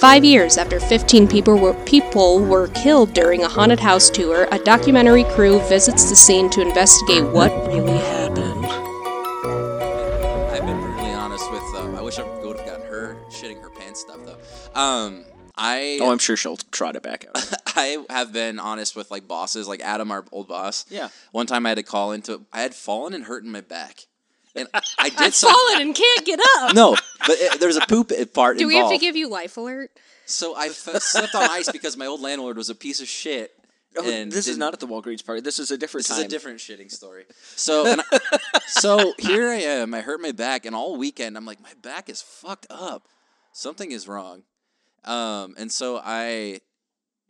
Five years after 15 people were, people were killed during a haunted house tour, a documentary crew visits the scene to investigate what really happened. I've been brutally honest with. Um, I wish I would have gotten her shitting her pants stuff though. Um, I Oh, I'm sure she'll trot it back out. I have been honest with like bosses, like Adam, our old boss. Yeah. One time I had to call into. I had fallen and hurt in my back, and I did some- Fallen and can't get up. No, but it, there was a poop i- part Do we have involved. to give you life alert? so I f- slipped on ice because my old landlord was a piece of shit. Oh, and this is didn't- not at the Walgreens party. This is a different This is time. a different shitting story. So, and I, so here I am. I hurt my back, and all weekend I'm like, my back is fucked up. Something is wrong. Um, and so I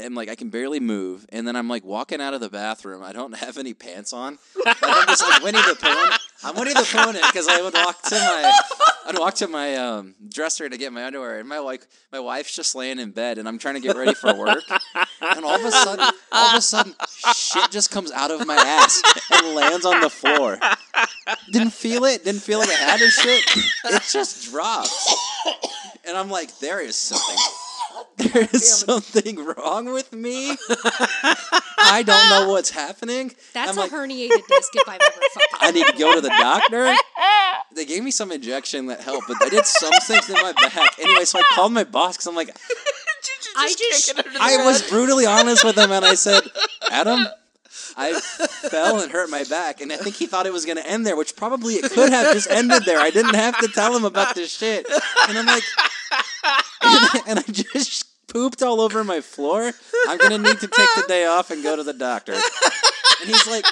am like, I can barely move. And then I'm like walking out of the bathroom. I don't have any pants on. And I'm just like Winnie the Pooh. I'm Winnie the Pooh because I would walk to my, I'd walk to my um, dresser to get my underwear, and my like my wife's just laying in bed, and I'm trying to get ready for work, and all of a sudden, all of a sudden, shit just comes out of my ass and lands on the floor. Didn't feel it. Didn't feel like I had or shit. It just dropped, and I'm like, there is something. There is something wrong with me. I don't know what's happening. That's I'm a like, herniated disc if I've ever fucking. I need to go to the doctor. They gave me some injection that helped, but they did some things in my back. Anyway, so I called my boss because I'm like, I just I was brutally honest with him, and I said, Adam, I fell and hurt my back, and I think he thought it was going to end there, which probably it could have just ended there. I didn't have to tell him about this shit, and I'm like, and I just pooped all over my floor. I'm going to need to take the day off and go to the doctor. And he's like.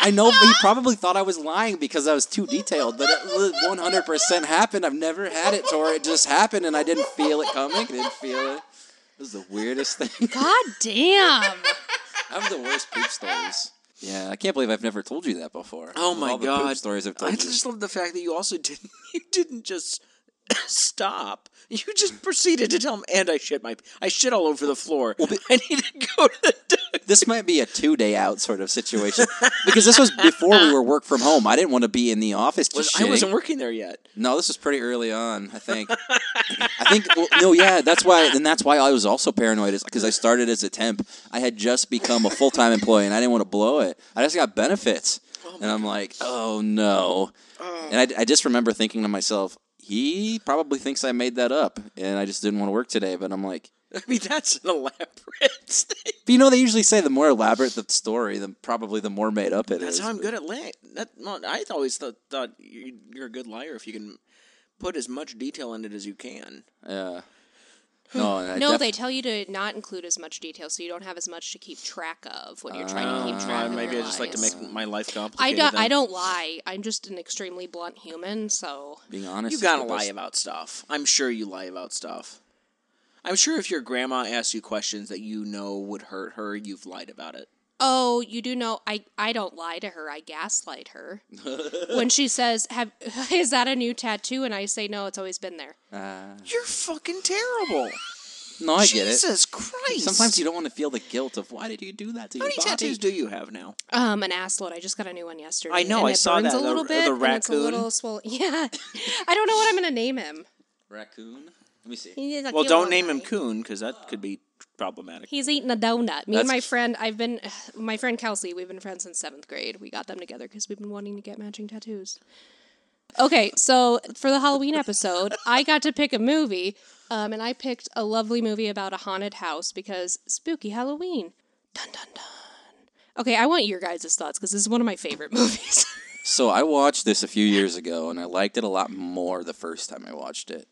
I know he probably thought I was lying because I was too detailed, but it 100% happened. I've never had it, Tori. It just happened, and I didn't feel it coming. I didn't feel it. This is the weirdest thing. God damn. I have the worst poop stories. Yeah, I can't believe I've never told you that before. Oh Of my all the god! poop stories I've told I you. just love the fact that you also didn't. You didn't just stop. You just proceeded to tell him, and I shit my. I shit all over the floor. I need to go to the doctor. This might be a two day out sort of situation because this was before we were work from home. I didn't want to be in the office. Just I wasn't shitting. working there yet. No, this was pretty early on. I think. I think. Well, no, yeah, that's why, and that's why I was also paranoid, is because I started as a temp. I had just become a full time employee, and I didn't want to blow it. I just got benefits, and I'm like, oh no. Oh. And I, I just remember thinking to myself, he probably thinks I made that up, and I just didn't want to work today. But I'm like, I mean, that's an elaborate thing. but you know, they usually say the more elaborate the story, the probably the more made up it is. That's how I'm good at lying. That, well, I always thought, thought you- you're a good liar if you can put as much detail in it as you can. Yeah. No, and I No, def- they tell you to not include as much detail, so you don't have as much to keep track of when you're trying to keep track. Uh, of maybe I your just like to lies. make my life I complicated. don't. I then. don't lie. I'm just an extremely blunt human. So being honest. You is gotta the best- lie about stuff. I'm sure you lie about stuff. I'm sure if your grandma asks you questions that you know would hurt her, you've lied about it. Oh, you do know I I don't lie to her. I gaslight her. when she says, "Have is that a new tattoo?" and I say, "No, it's always been there." You're fucking terrible. No, I get it. Jesus Christ. Sometimes you don't want to feel the guilt of why did you do that to How your many body? tattoos do you have now? Um, an ass load. I just got a new one yesterday. I know, and I it saw burns a that, the- little the bit. and it's a raccoon. little swollen. Yeah, I don't know what I'm gonna name him. Raccoon. Let me see. He's like, Well, "You don't won't name him lie." Coon because that could be problematic. He's eating a donut. Me That's- and my friend, I've been, my friend Kelsey, we've been friends since seventh grade. We got them together because we've been wanting to get matching tattoos. Okay, so for the Halloween episode, I got to pick a movie, um, and I picked a lovely movie about a haunted house because spooky Halloween. Dun dun dun. Okay, I want your guys' thoughts because this is one of my favorite movies. So I watched this a few years ago, and I liked it a lot more the first time I watched it.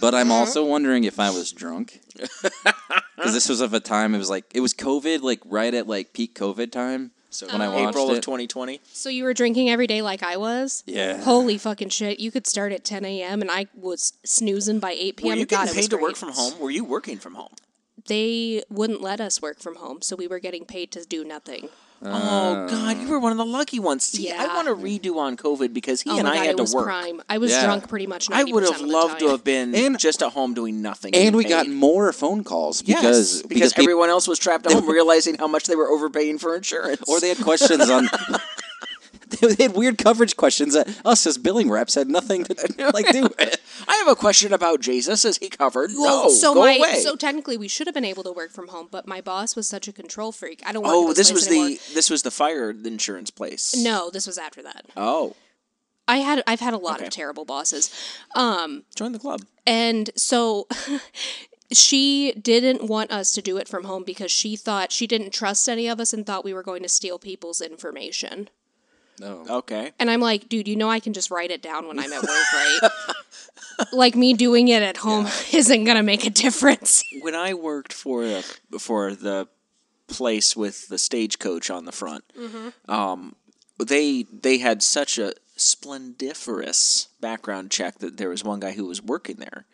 but I'm also wondering if I was drunk because this was of a time it was like it was COVID, like right at like peak COVID time. So when I watched Uh, April it, of 2020. so you were drinking every day like I was. Yeah. Holy fucking shit! You could start at 10 a.m. and I was snoozing by 8 p.m. Were you God, getting it was paid to work great. from home? Were you working from home? they wouldn't let us work from home, so we were getting paid to do nothing. oh God, you were one of the lucky ones. See, I Uh, Yeah. want to redo on COVID because he Oh and my I God, had it was to work. prime. I was Yeah. drunk pretty much. 90% I would of have the loved to time. have been And- just at home doing nothing. and we paid. got more phone calls Yes, because because, people- everyone else was trapped at home, realizing how much they were overpaying for insurance. or they had questions on. they had weird coverage questions that us as billing reps had nothing to like do. with. I have a question about Jesus. Is he covered? Well, no, so go my away. so technically we should have been able to work from home, but my boss was such a control freak. I don't. Work at oh, this, this place was anymore. the this was the fire insurance place. No, this was after that. Oh, I had I've had a lot Okay. of terrible bosses. Um, join the club. And so she didn't want us to do it from home because she thought she didn't trust any of us and thought we were going to steal people's information. No. Okay. And I'm like, dude, you know I can just write it down when I'm at work, right? like me doing it at home isn't going to make a difference. When I worked for the, for the place with the stagecoach on the front, um, they they had such a splendiferous background check that there was one guy who was working there.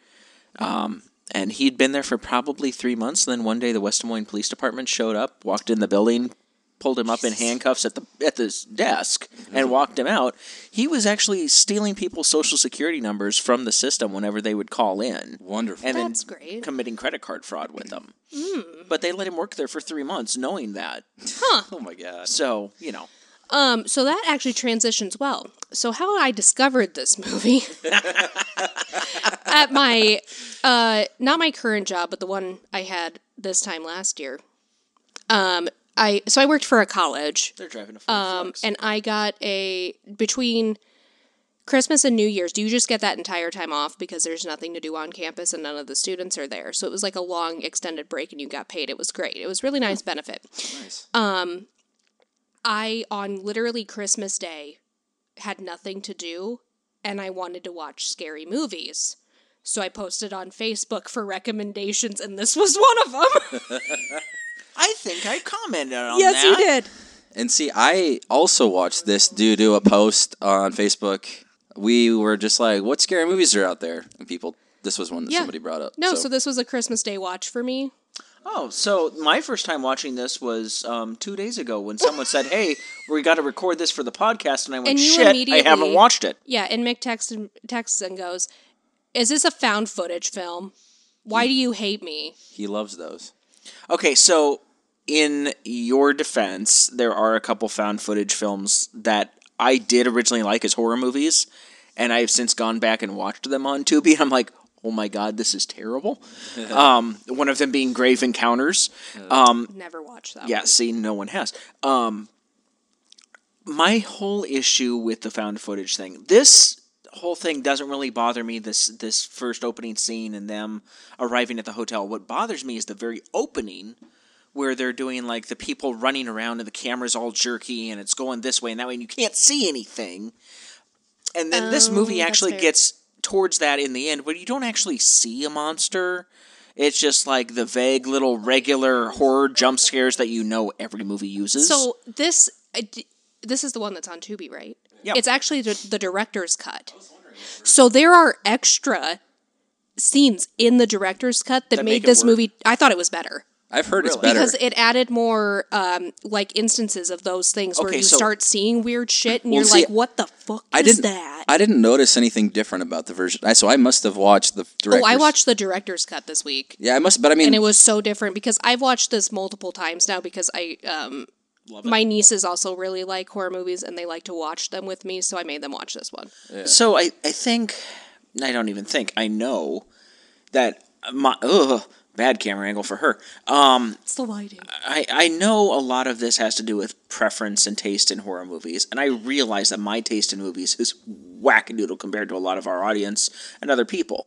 Um, and he'd been there for probably three months. And then one day, the West Des Moines Police Department showed up, walked in the building, pulled him up in handcuffs at the at this desk, and walked him out. He was actually stealing people's social security numbers from the system whenever they would call in. Wonderful. And That's then great. committing credit card fraud with them. Mm. But they let him work there for three months, knowing that. oh my god. So you know, Um, so that actually transitions well. So how I discovered this movie at my uh not my current job, but the one I had this time last year. Um I so I worked for a college they're driving a um and I got a between Christmas and New Year's, do you just get that entire time off because there's nothing to do on campus and none of the students are there? So it was like a long extended break and you got paid. It was great. It was really nice benefit. Nice. I on literally Christmas Day had nothing to do and I wanted to watch scary movies. So I posted on Facebook for recommendations and this was one of them. I think I commented on yes, that. you did. And see, I also watched this due to a post on Facebook. We were just like, "What scary movies are out there?" And people, this was one that Yeah. somebody brought up. No, so. this was a Christmas Day watch for me. Oh, so my first time watching this was um, two days ago when someone said, "Hey, we got to record this for the podcast," and I went, And you "Shit, I immediately- haven't watched it." Yeah, and Mick texts and, texts and goes, Is this a found footage film? Why do you hate me? he loves those. Okay, so in your defense, there are a couple found footage films that I did originally like as horror movies, and I've since gone back and watched them on Tubi, and I'm like, "Oh my god, this is terrible." um, one of them being Grave Encounters. Never watch that Yeah, see, no one has. Um, my whole issue with the found footage thing, this whole thing doesn't really bother me. This this first opening scene and them arriving at the hotel. What bothers me is the very opening where they're doing like the people running around and the camera's all jerky and it's going this way and that way and you can't see anything. And then this Oh, movie that's actually fair. gets towards that in the end, where you don't actually see a monster. It's just like the vague little regular horror jump scares that you know every movie uses. So this I d- this is the one that's on Tubi, right? Yeah. It's actually the, the director's cut. So there are extra scenes in the director's cut that, make made it this work. movie. I thought it was better I've heard it's Really? better. because it added more um, like instances of those things where Okay, you so- start seeing weird shit and Well, you're see, like, "What the fuck I is didn't. that?" I didn't notice anything different about the version. I, so I must have watched the director's. oh, I watched the director's cut this week, Yeah, I must. But I mean, and it was so different because I've watched this multiple times now because I um. My nieces also really like horror movies and they like to watch them with me, so I made them watch this one. So I, I think, I don't even think, I know that my, ugh, bad camera angle for her. Um, It's the lighting. I, I know a lot of this has to do with preference and taste in horror movies, and I realize that my taste in movies is wackadoodle compared to a lot of our audience and other people.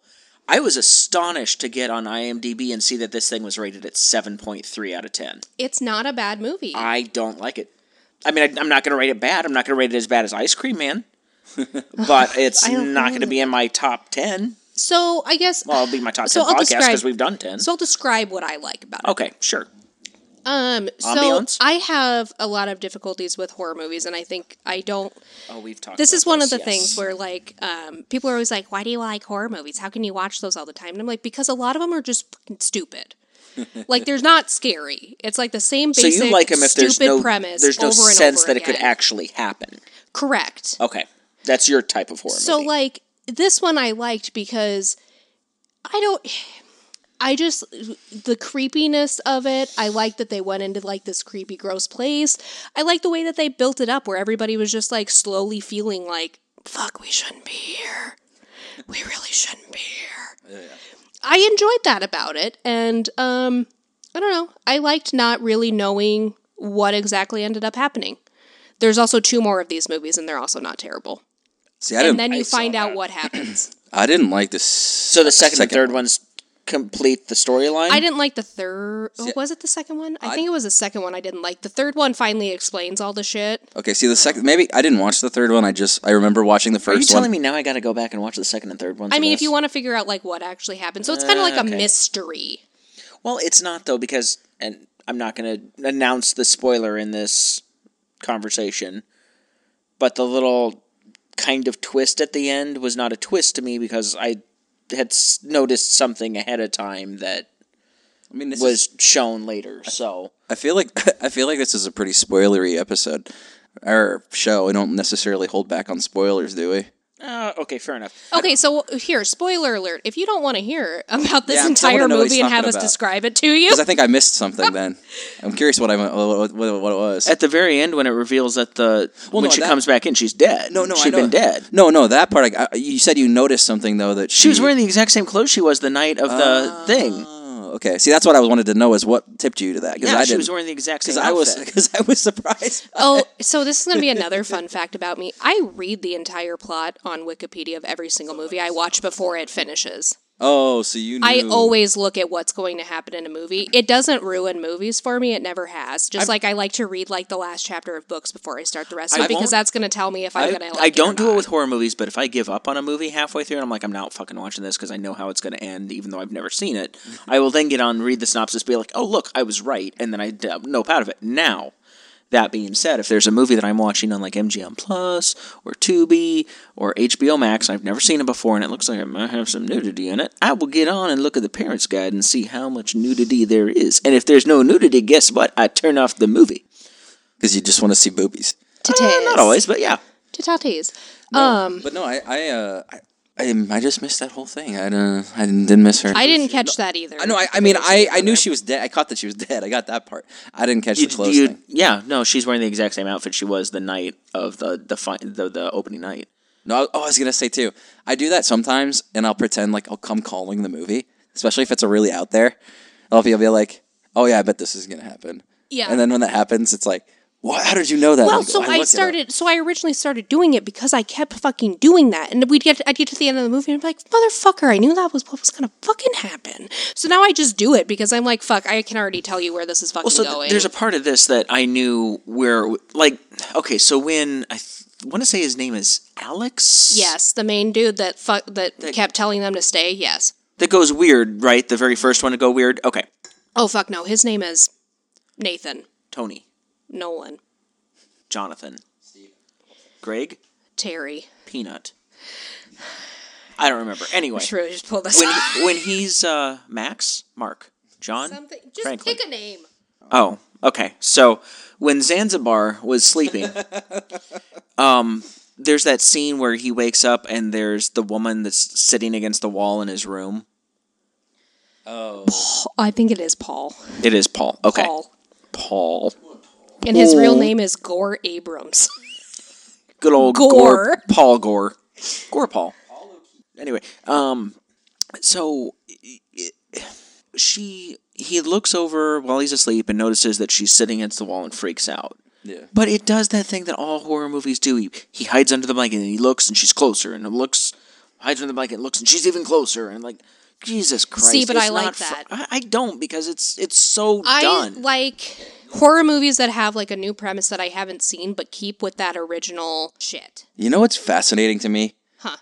I was astonished to get on IMDb and see that this thing was rated at 7.3 out of 10. It's not a bad movie. I don't like it. I mean, I, I'm not going to rate it bad. I'm not going to rate it as bad as Ice Cream Man, but it's I don't not know. going to be in my top 10. so I guess Well, it'll be my top So 10 I'll podcast because describe- we've done 10. so I'll describe what I like about it. okay, sure. Um so Oh, Ambiance? I have a lot of difficulties with horror movies and I think I don't Oh, we've talked this about is one of the yes. things where like um people are always like why do you like horror movies? How can you watch those all the time? And I'm like because a lot of them are just fucking stupid. like they're not scary. It's like the same So basic you like them if stupid there's no premise there's no over and sense over that it could again. actually happen. Correct. Okay, that's your type of horror. So movie. like this one I liked because I don't I just the creepiness of it. I like that they went into like this creepy, gross place. I like the way that they built it up, where everybody was just like slowly feeling like, "Fuck, we shouldn't be here. We really shouldn't be here." I enjoyed that about it, and um, I don't know. I liked not really knowing what exactly ended up happening. There's also two more of these movies, and they're also not terrible. See, I didn't. And then you I saw find out that. what happens. I didn't like this. So the second, and third ones complete the storyline. I didn't like the third. was it the second one? I, think it was the second one. I didn't like the third one. Finally, explains all the shit. Okay, see the Oh. second. Maybe I didn't watch the third one. I just I remember watching the Are you first telling one. me now I got to go back and watch the second and third ones? I of mean, if this? you want to figure out like what actually happened, so it's Uh, kind of like okay. a mystery. Well, it's not though because, and I'm not going to announce the spoiler in this conversation, but the little kind of twist at the end was not a twist to me because I had s- noticed something ahead of time that I mean, this was is- shown later. So I feel like I feel like this is a pretty spoilery episode or show. We don't necessarily hold back on spoilers, do we? uh, okay, fair enough. Okay, so here, spoiler alert. If you don't want to hear about this Yeah, I still wanna entire know what he's movie and talking have us about. describe it to you, Because I think I missed something. Then I'm curious what I what, what, what it was. At the very end, when it reveals that the when no, she that- comes back in, she's dead. no, no, I she's know- been dead. No, no, that part. I, I- you said you noticed something though that she, She was wearing the exact same clothes she was the night of the thing. Oh, okay. See, that's what I wanted to know is what tipped you to that. Because Yeah, I she didn't, was wearing the exact same. Because I was outfit. because I was surprised. Oh, so this is going to be another fun fact about me. I read the entire plot on Wikipedia of every single movie I watch before it finishes. Oh, so you knew. I always look at what's going to happen in a movie. It doesn't ruin movies for me. It never has. Just like I like to read like the last chapter of books before I start the rest of I it because won't- that's going to tell me if I'm going to. Like I it don't or do not. it with horror movies, but if I give up on a movie halfway through and I'm like, I'm not fucking watching this because I know how it's going to end, even though I've never seen it, Mm-hmm. I will then get on, read the synopsis, be like, oh, look, I was right. And then I d- nope out of it. Now, that being said, if there's a movie that I'm watching on like MGM Plus or Tubi or HBO Max, and I've never seen it before, and it looks like it might have some nudity in it, I will get on and look at the parents' guide and see how much nudity there is. And if there's no nudity, guess what? I turn off the movie. Eh, because you just want to see boobies. Titties. Not always, but yeah. Titties. Um, But no, I I uh, I, I, I just missed that whole thing. I uh, I didn't, didn't miss her. I didn't catch that either. I know. I, I mean, I, I knew she was dead. I caught that she was dead. I got that part. I didn't catch the close you- thing. Yeah, no, she's wearing the exact same outfit she was the night of the the fi- the, the opening night. No. I- Oh, I was gonna say too. I do that sometimes, and I'll pretend like I'll come calling the movie, especially if it's a really out there. I'll be, I'll be like, oh yeah, I bet this is gonna happen. Yeah. And then when that happens, it's like, what? How did you know that? Well, Like, so I, looked it up. started. So I originally started doing it because I kept fucking doing that, and we'd get. I'd get to the end of the movie, and I'd be like, "Motherfucker, I knew that was what was gonna fucking happen." So now I just do it because I'm like, "Fuck, I can already tell you where this is fucking Well, so th- going." there's a part of this that I knew where like okay, so when I th- want to say his name is Alex. yes, the main dude that fuck that kept telling them to stay. Yes. That goes weird, right? The very first one to go weird. Okay, Oh fuck no, his name is Nathan Tony, Nolan Jonathan, Greg, Terry. Peanut. I don't remember. Anyway, True, just pull this. when he- when he's uh, Max, Mark, John, Something. Just Franklin. pick a name. Oh, okay. So when Zanzibar was sleeping, um, there's that scene where he wakes up and there's the woman that's sitting against the wall in his room. I think it is Paul. It is Paul. Okay. Paul. Paul. And his real Paul. name is Gore Abrams. Good old Gore. Gore. Paul Gore. Gore Paul. Anyway, um, so she he looks over while he's asleep and notices that she's sitting against the wall and freaks out. Yeah. But it does that thing that all horror movies do. He, he hides under the blanket and he looks and she's closer and looks hides under the blanket and looks and she's even closer and like Jesus Christ. but it's I like not fu- that. I, I don't because it's it's so I done. like horror movies that have like a new premise that I haven't seen, but keep with that original shit. You know what's fascinating to me? Huh.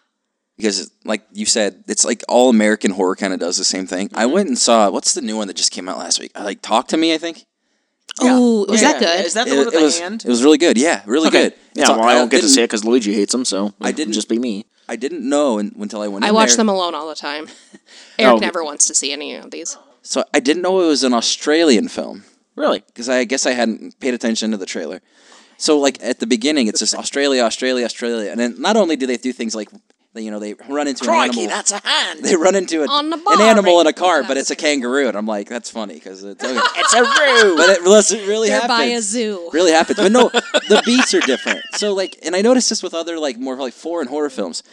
Because, like you said, it's like all American horror kind of does the same thing. Mm-hmm. I went and saw what's the new one that just came out last week? I like Talk to Me, I think. Oh, was Yeah, that good? Is that the one with the was, hand? it was really good. Yeah, really Okay. good. Yeah, It's on- well, I don't get to didn't- see it because Luigi hates him, so I didn't- just be me. I didn't know un- until I went. I in watch there. them alone all the time. Eric Oh. never wants to see any of these. so I didn't know it was an Australian film Really? because I guess I hadn't paid attention to the trailer. So, like at the beginning, it's just Australia, Australia, Australia, and then not only do they do things like They, you know, they run into an Crikey, animal. that's a hand. they run into an, On the an bar animal in a right car, now. but it's a kangaroo, and I'm like, that's funny because it's okay. It's a roo. but it, unless it really They're happens, by a zoo. really happens. But no, the beats are different. So like, and I noticed this with other like more like foreign horror films.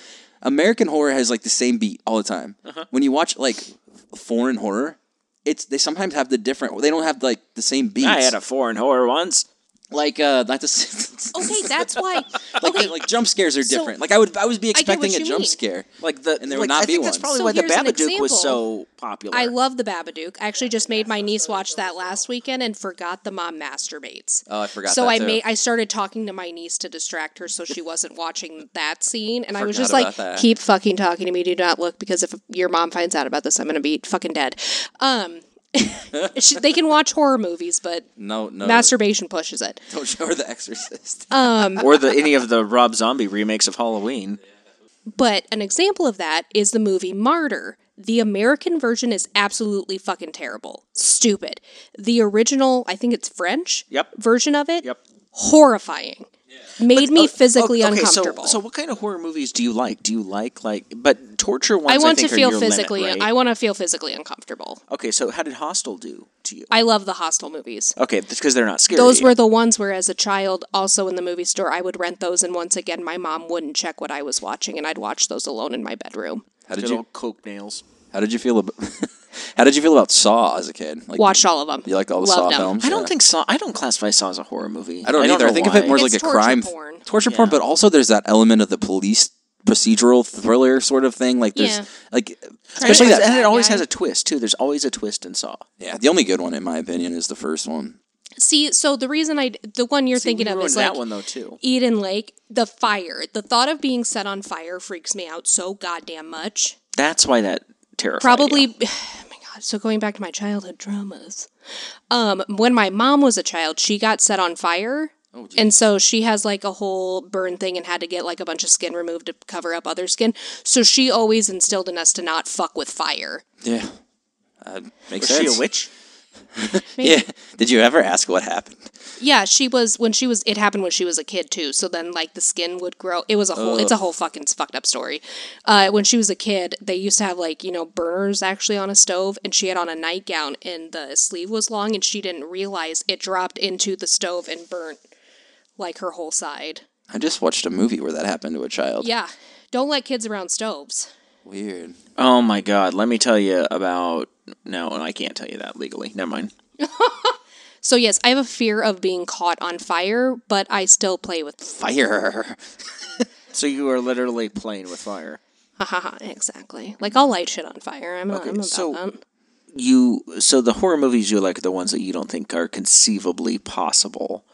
American horror has like the same beat all the time. Uh-huh. When you watch like foreign horror, it's they sometimes have the different. They don't have like the same beats. I had a foreign horror once. like uh, not the Okay, that's why. like okay, like jump scares are So- different. Like I would I would be expecting what a you jump mean. scare. Like the And there like, would not I be think one. that's probably So why the here's an Babadook was example. so popular. I love the Babadook. I actually just made my niece watch that last weekend and forgot the mom masturbates. Oh, I forgot So that I too. made I started talking to my niece to distract her so she wasn't watching that scene, and I, was forgot just like, about that. "Keep fucking talking to me. Do not look because if your mom finds out about this, I'm gonna be fucking dead." Um, she, they can watch horror movies, but No, no. masturbation pushes it. don't show her The Exorcist. Uh, or the any of the Rob Zombie remakes of Halloween. But an example of that is the movie Martyr. The American version is absolutely fucking terrible. Stupid. The original, I think it's French Yep. version of it, Yep. uh, horrifying. Made me physically okay, uncomfortable. So, so what kind of horror movies do you like? Do you like like but torture ones? I want think, to are feel your physically Limit, right? I want to feel physically uncomfortable. okay, so how did Hostel do to you? I love the hostel movies. Okay, that's because they're not scary. Those were the ones where as a child also in the movie store I would rent those and once again my mom wouldn't check what I was watching and I'd watch those alone in my bedroom. How did good you old coke nails. How did you feel about How did you feel about Saw as a kid? Like Watched all of them. You liked all the Loved Saw them. films? I don't Yeah. think Saw. I don't classify Saw as a horror movie. I don't, either. know I think of why. it more It's like a torture crime porn. torture Yeah. porn, but also there's that element of the police procedural thriller sort of thing. Like there's Yeah. like especially especially that. and it always yeah. has a twist too. There's always a twist in Saw. Yeah, the only good one in my opinion is the first one. See, so the reason I the one you're See, thinking you of ruined is that like one though too. Eden Lake, the fire. The thought of being set on fire freaks me out so goddamn much. That's why that terrified Probably you. oh my god, so going back to my childhood traumas. Um when my mom was a child, she got set on fire. Oh, and so she has like a whole burn thing and had to get like a bunch of skin removed to cover up other skin. So she always instilled in us to not fuck with fire. Yeah. Uh, makes Was she sense. a witch? Yeah. Did you ever ask what happened? Yeah, she was when she was. It happened when she was a kid too. So then, like the skin would grow. It was a whole. It's a whole fucking fucked up story. Uh, when she was a kid, they used to have like you know burners actually on a stove, and she had on a nightgown, and the sleeve was long, and she didn't realize it dropped into the stove and burnt like her whole side. I just watched a movie where that happened to a child. Yeah, don't let kids around stoves. Weird. Oh my god, let me tell you about no, I can't tell you that legally. Never mind. So yes, I have a fear of being caught on fire, but I still play with. Fire. So you are literally playing with fire. Haha, exactly. Like I'll light shit on fire. I'm not. I'm about so- that. You so the horror movies you like are the ones that you don't think are conceivably possible,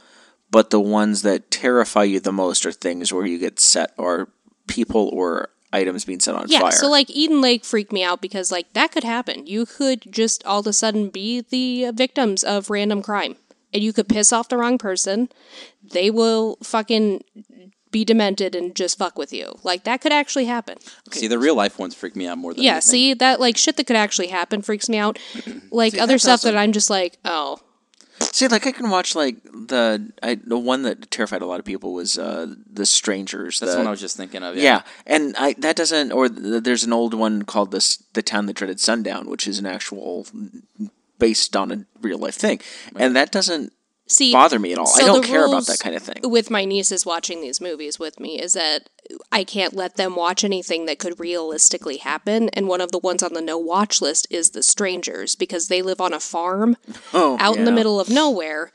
but the ones that terrify you the most are things where you get set or people or items being set on Yeah, fire. so like Eden Lake freaked me out because like that could happen. You could just all of a sudden be the victims of random crime and you could piss off the wrong person. They will fucking be demented and just fuck with you. Like that could actually happen. See, the real life ones freak me out more than Yeah, anything. see that like shit that could actually happen freaks me out. Like other stuff that I'm just like, oh, See, like I can watch like the I, the one that terrified a lot of people was uh, the Strangers. That's the, what I was just thinking of. yeah. and I that doesn't or th- there's an old one called this the town that dreaded sundown, which is an actual based on a real life thing, and that doesn't see bother me at all. so I don't the care about rules that kind of thing. With my nieces watching these movies with me is that I can't let them watch anything that could realistically happen. And one of the ones on the no watch list is The Strangers because they live on a farm Oh, out in the yeah. middle of nowhere.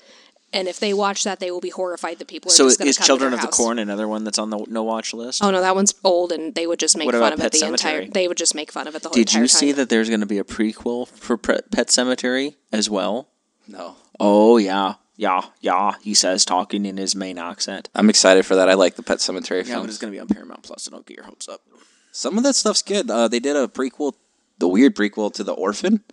And if they watch that, they will be horrified that people are So just going is to come Children to of their the house. Corn another one that's on the no watch list? Oh no, that one's old, and they would just make What fun about of it Pet the Sematary? entire. They would just make fun of it the whole Did entire you time. see that there's going to be a prequel for Pre- Pet Cemetery as well? No. Oh yeah, yeah, yeah. He says talking in his main accent. I'm excited for that. I like the Pet Cemetery Yeah, but films. it's going to be on Paramount Plus, so don't get your hopes up. Some of that stuff's good. Uh, they did a prequel, the weird prequel to The Orphan.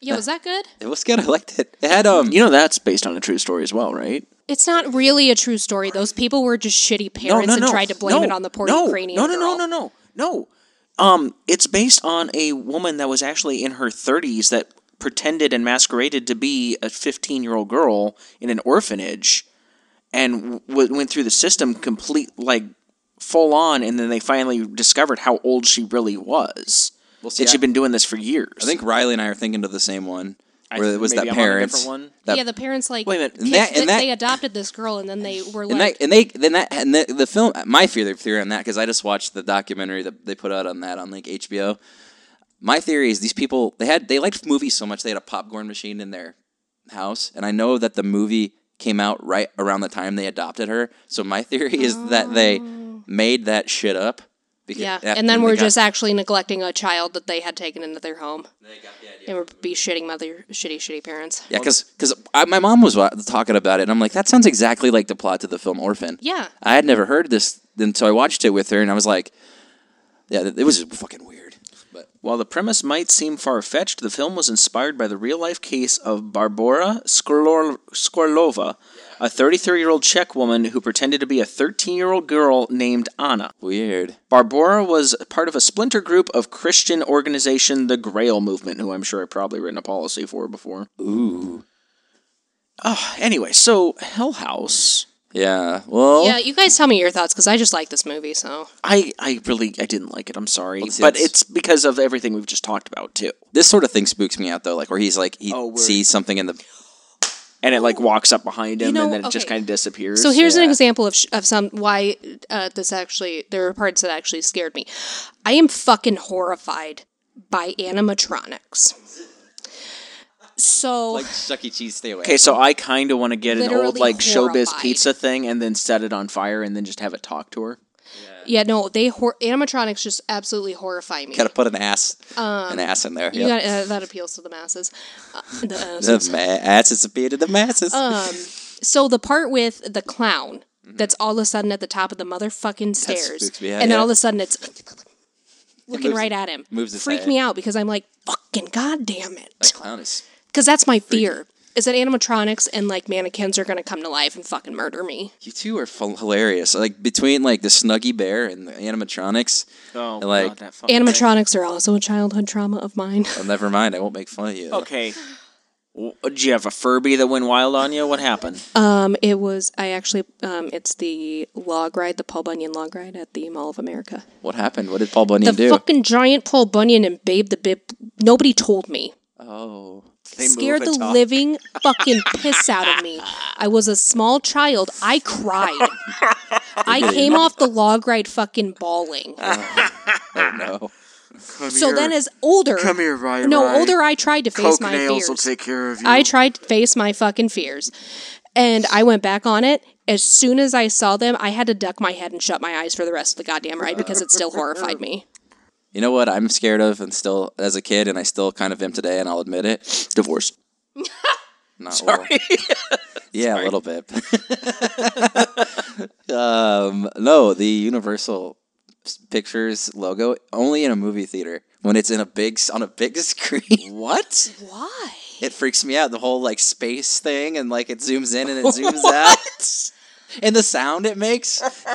Yeah, was that good? It was good. I liked it. It had um. You know that's based on a true story as well, right? It's not really a true story. Those people were just shitty parents and tried to blame no, it on the poor no, Ukrainian No, no, girl. no, no, no, no. Um, it's based on a woman that was actually in her 30s that pretended and masqueraded to be a 15 year old girl in an orphanage, and w- went through the system complete like full on, and then they finally discovered how old she really was. Well, that she'd been doing this for years. I think Riley and I are thinking of the same one. I Where th- it was maybe that I'm on a parent. different one. That, yeah, the parents like Wait a minute, and kicked that- and it- that- they adopted this girl and then they were and, like that, and they then that and the, the film. My theory theory on that because I just watched the documentary that they put out on that on like HBO. My theory is these people they had they liked movies so much they had a popcorn machine in their house, and I know that the movie came out right around the time they adopted her. So my theory is that they made that shit up. Because Oh. yeah, after and then they we're got- just actually neglecting a child that they had taken into their home. And we're be shitting mother, shitty, shitty parents. yeah, because my mom was wa- talking about it, and I'm like, that sounds exactly like the plot to the film Orphan. Yeah, I had never heard this until I watched it with her, and I was like, "Yeah, th- it was fucking weird." But While the premise might seem far fetched, the film was inspired by the real life case of Barbora Skorlor- Skorlova, a 33 year old Czech woman who pretended to be a 13 year old girl named Anna. weird. Barbora was part of a splinter group of Christian organization, the Grail Movement, who I'm sure I've probably written a policy for before. Ah, Ooh. Anyway, so Hell House. Yeah. Well. yeah. You guys tell me your thoughts because I just like this movie. So I, I really I didn't like it. I'm sorry, see, but that's- it's because of everything we've just talked about too. This sort of thing spooks me out though, like where he's like he Oh, word. sees something in the And it like walks up behind him, know, and then it just okay. kind of disappears. So here's an yeah. example of sh- of some why uh, this actually there are parts that actually scared me. I am fucking horrified by animatronics. So Chuck E. Cheese. Stay away. Okay, so I kind of want to get an old Literally like showbiz horrified. pizza thing and then set it on fire and then just have it talk to her. yeah, no, they hor- animatronics just absolutely horrify me. Gotta put an ass, an ass in there. You Yep. got uh, that appeals to the masses. Uh, the, uh, the ma- ass is appeared to the masses. so the part with the clown that's all of a sudden at the top of the motherfucking stairs, spooks me out, and then yeah. all of a sudden it's looking moves- right at him. moves its freaked head. me out because I'm like, fucking goddamn it. Clown is. Because that's my fear. Is that animatronics and like mannequins are gonna come to life and fucking murder me? You two are f- hilarious. Like between like the Snuggie Bear and the animatronics. Oh, Like- God, that Animatronics are also a childhood trauma of mine. Oh, never mind. I won't make fun of you. Okay. W- Did you have a Furby that went wild on you? What happened? Um, it was I actually um, it's the log ride, the Paul Bunyan log ride at the Mall of America. What happened? What did Paul Bunyan The do? fucking giant Paul Bunyan and Babe the Bib. Nobody told me. oh. scared the living fucking piss out of me. I was a small child. I cried. I came off the log ride fucking bawling. Oh no. so then, as older, come here, Rai No, Rai. older, I tried to face Coke my nails fears. will take care of you. I tried to face my fucking fears, and I went back on it. As soon as I saw them, I had to duck my head and shut my eyes for the rest of the goddamn ride because it still horrified me. You know what I'm scared of and still as a kid and I still kind of am today and I'll admit it. Divorce. Not Sorry. yeah, a little bit. um, no, the Universal Pictures logo only in a movie theater when it's in a big on a big screen. What? Why? It freaks me out the whole like space thing and like it zooms in and it zooms out. And the sound it makes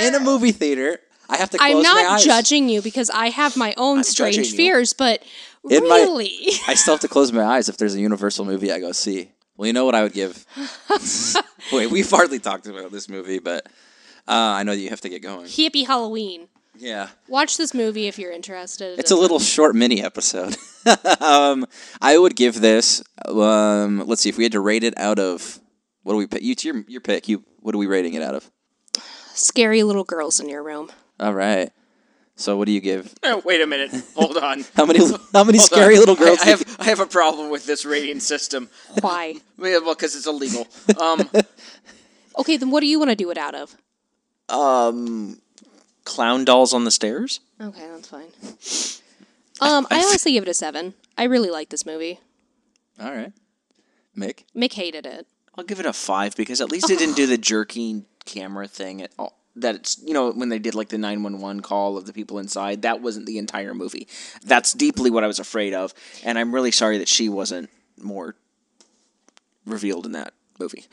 in a movie theater. I have to close I'm my not eyes. judging you because I have my own judging strange you. fears, but It might- really, I still have to close my eyes if there's a Universal movie I go see. Well, you know what I would give. Wait, we've hardly talked about this movie, but uh, I know you have to get going. hippie Halloween. Yeah, Watch this movie if you're interested. it's a little short mini episode. um, I would give this. Um, let's see if we had to rate it out of what do we pick? You, it's your your pick. You what are we rating it out of? scary little girls in your room. All right. So what do you give? wait a minute. Hold on. How many how many scary little girls? I, do you- have I have a problem with this rating system. Why? Well, because it's illegal. Um, okay, then what do you want to do it out of? clown dolls on the stairs. Okay, that's fine. Um, I honestly give it a seven. I really like this movie. All right, Mick. Mick hated it. I'll give it a five because at least it didn't do the jerking camera thing at all. That it's you know when they did like the nine one one call of the people inside. That wasn't the entire movie. That's deeply what I was afraid of, and I'm really sorry that she wasn't more revealed in that movie.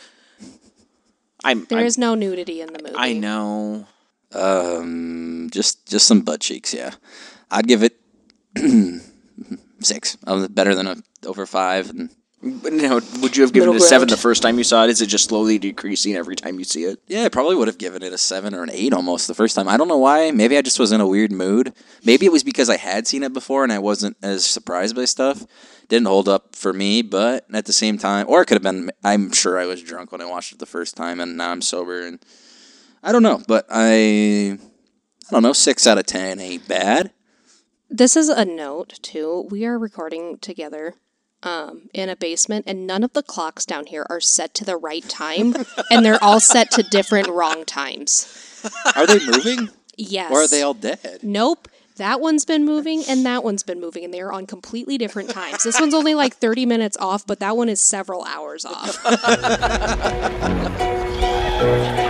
I'm. There I'm- is no nudity in the movie. I know. just just some butt cheeks. Yeah, I'd give it six. I was better than a over five, and But now, would you have given Middle it a seven ground. the first time you saw it? Is it just slowly decreasing every time you see it? Yeah, I probably would have given it a seven or an eight almost the first time. I don't know why. Maybe I just was in a weird mood. Maybe it was because I had seen it before and I wasn't as surprised by stuff. Didn't hold up for me, but at the same time, or it could have been. I'm sure I was drunk when I watched it the first time, and now I'm sober, and I don't know. But I, I don't know. Six out of ten ain't bad. This is a note too. We are recording together um, in a basement, and none of the clocks down here are set to the right time, and they're all set to different wrong times. Are they moving, Yes. or are they all dead? Nope. That one's been moving, and that one's been moving, and they are on completely different times. This one's only like thirty minutes off, but that one is several hours off. Thank